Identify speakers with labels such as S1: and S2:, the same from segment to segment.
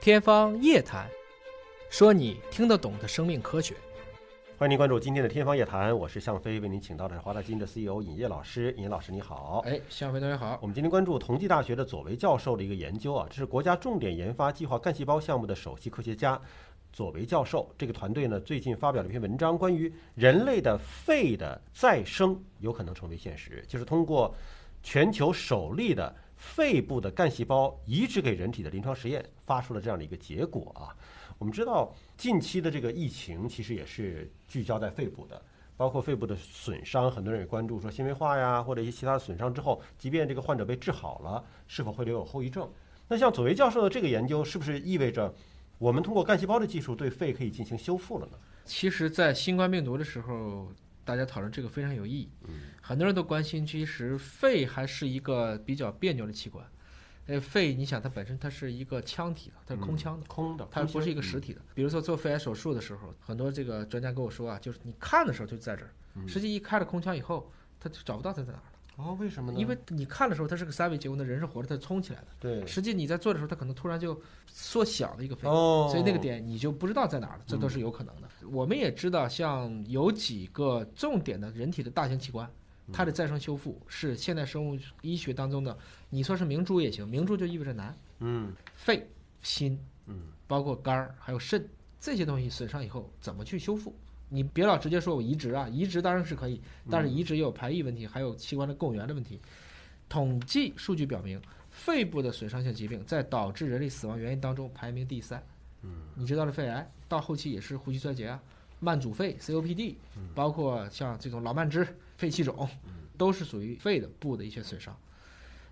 S1: 天方夜谭，说你听得懂的生命科学。
S2: 欢迎您关注今天的《天方夜谭》，我是向飞，为您请到的是华大基因的 CEO 尹烨老师。尹烨老师，你好。
S1: 哎，向飞同学好。
S2: 我们今天关注同济大学的左维教授的一个研究啊，这是国家重点研发计划干细胞项目的首席科学家左维教授。这个团队呢，最近发表了一篇文章，关于人类的肺的再生有可能成为现实，就是通过全球首例的肺部的干细胞移植给人体的临床实验，发出了这样的一个结果啊。我们知道，近期的这个疫情其实也是聚焦在肺部的，包括肺部的损伤，很多人也关注说纤维化呀，或者一些其他的损伤之后，即便这个患者被治好了，是否会留有后遗症？那像左维教授的这个研究，是不是意味着我们通过干细胞的技术对肺可以进行修复了呢？
S1: 其实，在新冠病毒的时候，大家讨论这个非常有意义。很多人都关心，其实肺还是一个比较别扭的器官。呃，肺，你想它本身它是一个腔体的，它是空腔的，
S2: 空的，
S1: 它不是一个实体的。比如说做肺癌手术的时候，很多这个专家跟我说啊，就是你看的时候就在这儿，实际一开了空腔以后，它就找不到它在哪儿了，
S2: 哦，为什么呢？
S1: 因为你看的时候它是个三维结构，那人是活着，它冲起来的。
S2: 对
S1: 实际你在做的时候，它可能突然就缩小了一个肺，
S2: 哦，嗯
S1: 所以那个点你就不知道在哪儿了，这都是有可能的。我们也知道，像有几个重点的人体的大型器官，它
S2: 嗯
S1: 的再生修复是现代生物医学当中的，你说是明珠也行，明珠就意味着难，
S2: 嗯
S1: 肺、心，
S2: 嗯，
S1: 包括肝儿还有肾这些东西损伤以后怎么去修复？你别老直接说我移植啊，移植当然是可以，但
S2: 嗯
S1: 是移植也有排异问题，还有器官的供源的问题。统计数据表明，肺部的损伤性疾病在导致人类死亡原因当中排名第三。
S2: 嗯，
S1: 你知道的肺癌到后期也是呼吸衰竭啊、慢阻肺 （COPD），包
S2: 嗯
S1: 括像这种老慢支、肺气肿，都是属于肺的部的一些损伤。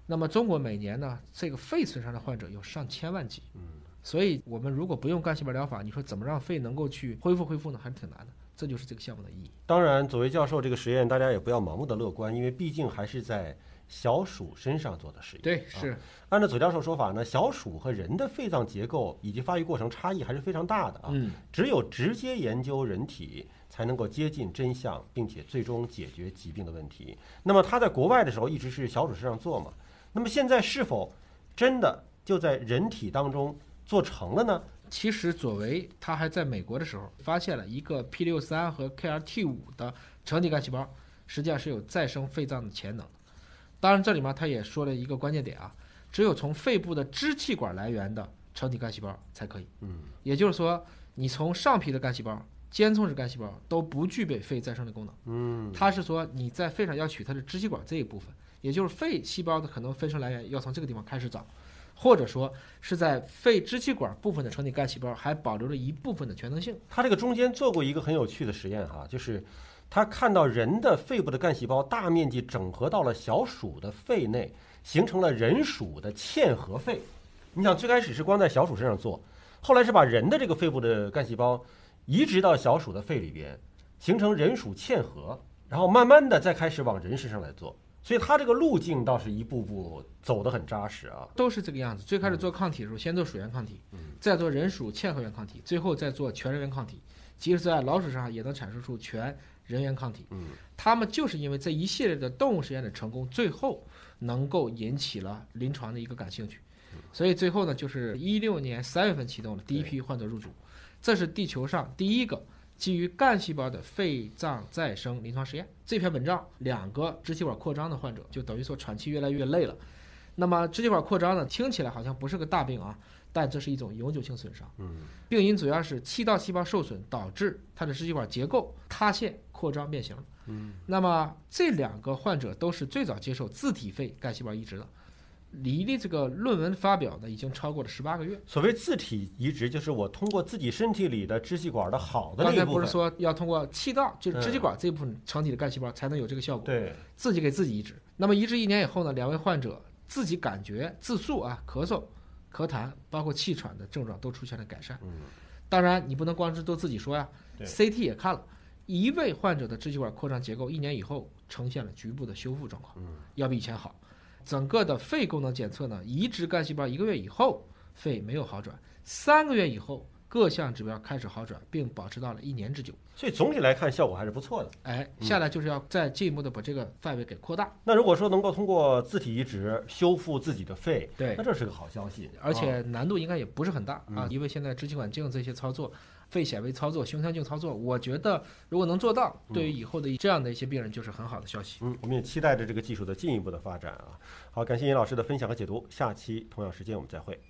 S1: 那么中国每年呢，这个肺损伤的患者有上千万级。
S2: 嗯
S1: 所以我们如果不用干细胞疗法，你说怎么让肺能够去恢复恢复呢？还是挺难的。这就是这个项目的意义。
S2: 当然，左维教授这个实验，大家也不要盲目的乐观，因为毕竟还是在小鼠身上做的实验。
S1: 对，
S2: 啊
S1: 是、
S2: 按照左教授说法呢，小鼠和人的肺脏结构以及发育过程差异还是非常大的啊。
S1: 嗯，
S2: 只有直接研究人体，才能够接近真相，并且最终解决疾病的问题。那么他在国外的时候一直是小鼠身上做嘛？那么现在是否真的就在人体当中做成了呢？
S1: 其实左维他还在美国的时候发现了一个 P 六三和 KRT 五的成体干细胞，实际上是有再生肺脏的潜能的。当然，这里面他也说了一个关键点啊，只有从肺部的支气管来源的成体干细胞才可以。
S2: 嗯，
S1: 也就是说，你从上皮的干细胞、间充质干细胞都不具备肺再生的功能。
S2: 嗯，
S1: 它是说你在肺上要取它的支气管这一部分，也就是肺细胞的可能分生来源要从这个地方开始找，或者说是在肺支气管部分的成体干细胞还保留了一部分的全能性。
S2: 他这个中间做过一个很有趣的实验哈、就是他看到人的肺部的干细胞大面积整合到了小鼠的肺内，形成了人鼠的嵌合肺。你想，最开始是光在小鼠身上做，后来是把人的这个肺部的干细胞移植到小鼠的肺里边，形成人鼠嵌合，然后慢慢的再开始往人身上来做。所以它这个路径倒是一步步走得很扎实啊。
S1: 都是这个样子。最开始做抗体的时候，先做鼠源抗体，再做人鼠嵌合源抗体，最后再做全人源抗体。即使在老鼠身上也能产生出全人源抗体。
S2: 嗯，
S1: 他们就是因为这一系列的动物实验的成功，最后能够引起了临床的一个感兴趣。所以最后呢，就是一六年三月份启动了第一批患者入组，这是地球上第一个基于干细胞的肺脏再生临床实验。这篇文章，两个支气管扩张的患者，就等于说喘气越来越累了。那么支气管扩张呢，听起来好像不是个大病啊，但这是一种永久性损伤。
S2: 嗯，
S1: 病因主要是气道细胞受损导致它的支气管结构塌陷、扩张、变形。嗯，那么这两个患者都是最早接受自体肺干细胞移植的，离的这个论文发表呢已经超过了十八个月。
S2: 所谓自体移植，就是我通过自己身体里的支气管的好的那
S1: 刚
S2: 一
S1: 才
S2: 部
S1: 不
S2: 分。
S1: 是说要通过气道，就是支气
S2: 嗯
S1: 管这部分成体的干细胞才能有这个效果。
S2: 对，
S1: 自己给自己移植。那么移植一年以后呢，两位患者自己感觉自述啊，咳嗽、咳痰，包括气喘的症状都出现了改善。
S2: 嗯，
S1: 当然你不能光是都自己说呀
S2: 对
S1: ，CT 也看了，一位患者的支气管扩张结构一年以后呈现了局部的修复状况，
S2: 嗯，
S1: 要比以前好。整个的肺功能检测呢，移植干细胞一个月以后肺没有好转，三个月以后各项指标开始好转，并保持到了一年之久。
S2: 所以总体来看效果还是不错的。
S1: 哎，
S2: 嗯
S1: 下来就是要再进一步的把这个范围给扩大。
S2: 那如果说能够通过自体移植修复自己的肺，
S1: 对
S2: 那，这是个好消息。
S1: 而
S2: 啊
S1: 且难度应该也不是很大
S2: 嗯
S1: 啊，因为现在支气管镜这些操作、肺显微操作、胸腔镜操作，我觉得如果能做到，对于以后的这样的一些病人就是很好的消息。
S2: 嗯，我们也期待着这个技术的进一步的发展啊。好，感谢尹老师的分享和解读，下期同样时间我们再会。